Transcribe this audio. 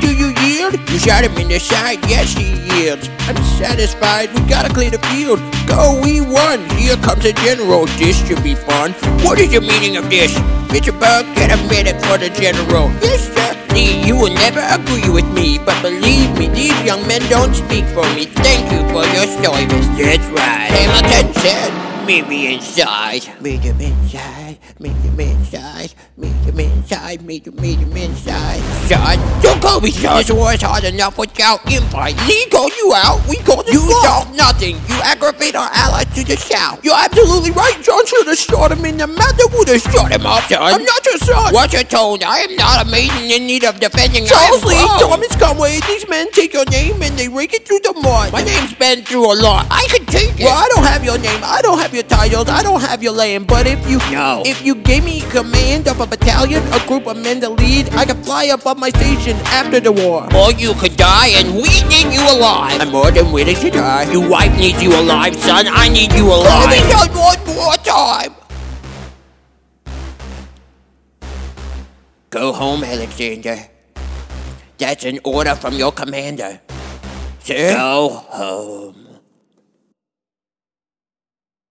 do you yield? You shot him in the side, yes, he yields. Unsatisfied, we gotta clear the field. Go, we won. Here comes a general, this should be fun. What is the meaning of this? Mr. Bug, get a minute for the general. Yes, sir. Lee, you will never agree with me, but believe me, these young men don't speak for me. Thank you for your service. That's right, Hamilton said. Meet me inside. Meet him inside. Meet him inside. Meet him inside. Meet him, meet him inside. Son, don't call me son. This war's hard enough without invite. Lee called you out. We called you You solve nothing. You aggravate our allies to the south. You're absolutely right. John should have shot him in the mouth. They would have shot him off, son. I'm not your son. Watch your tone. I am not a maiden in need of defending. Charles Lee, Thomas Conway, these men take your name and they rake it through the mud. My name's been through a lot. I can take it. Well, I don't have your name. I don't have your titles. I don't have your land. But if you no, if you gave me command of a battalion, a group of men to lead, I could fly above my station after the war. Or you could die, and we need you alive. I'm more than willing to die. You wife needs you alive, son. I need you alive. Let me out one more time. Go home, Alexander. That's an order from your commander. Sir? Go home.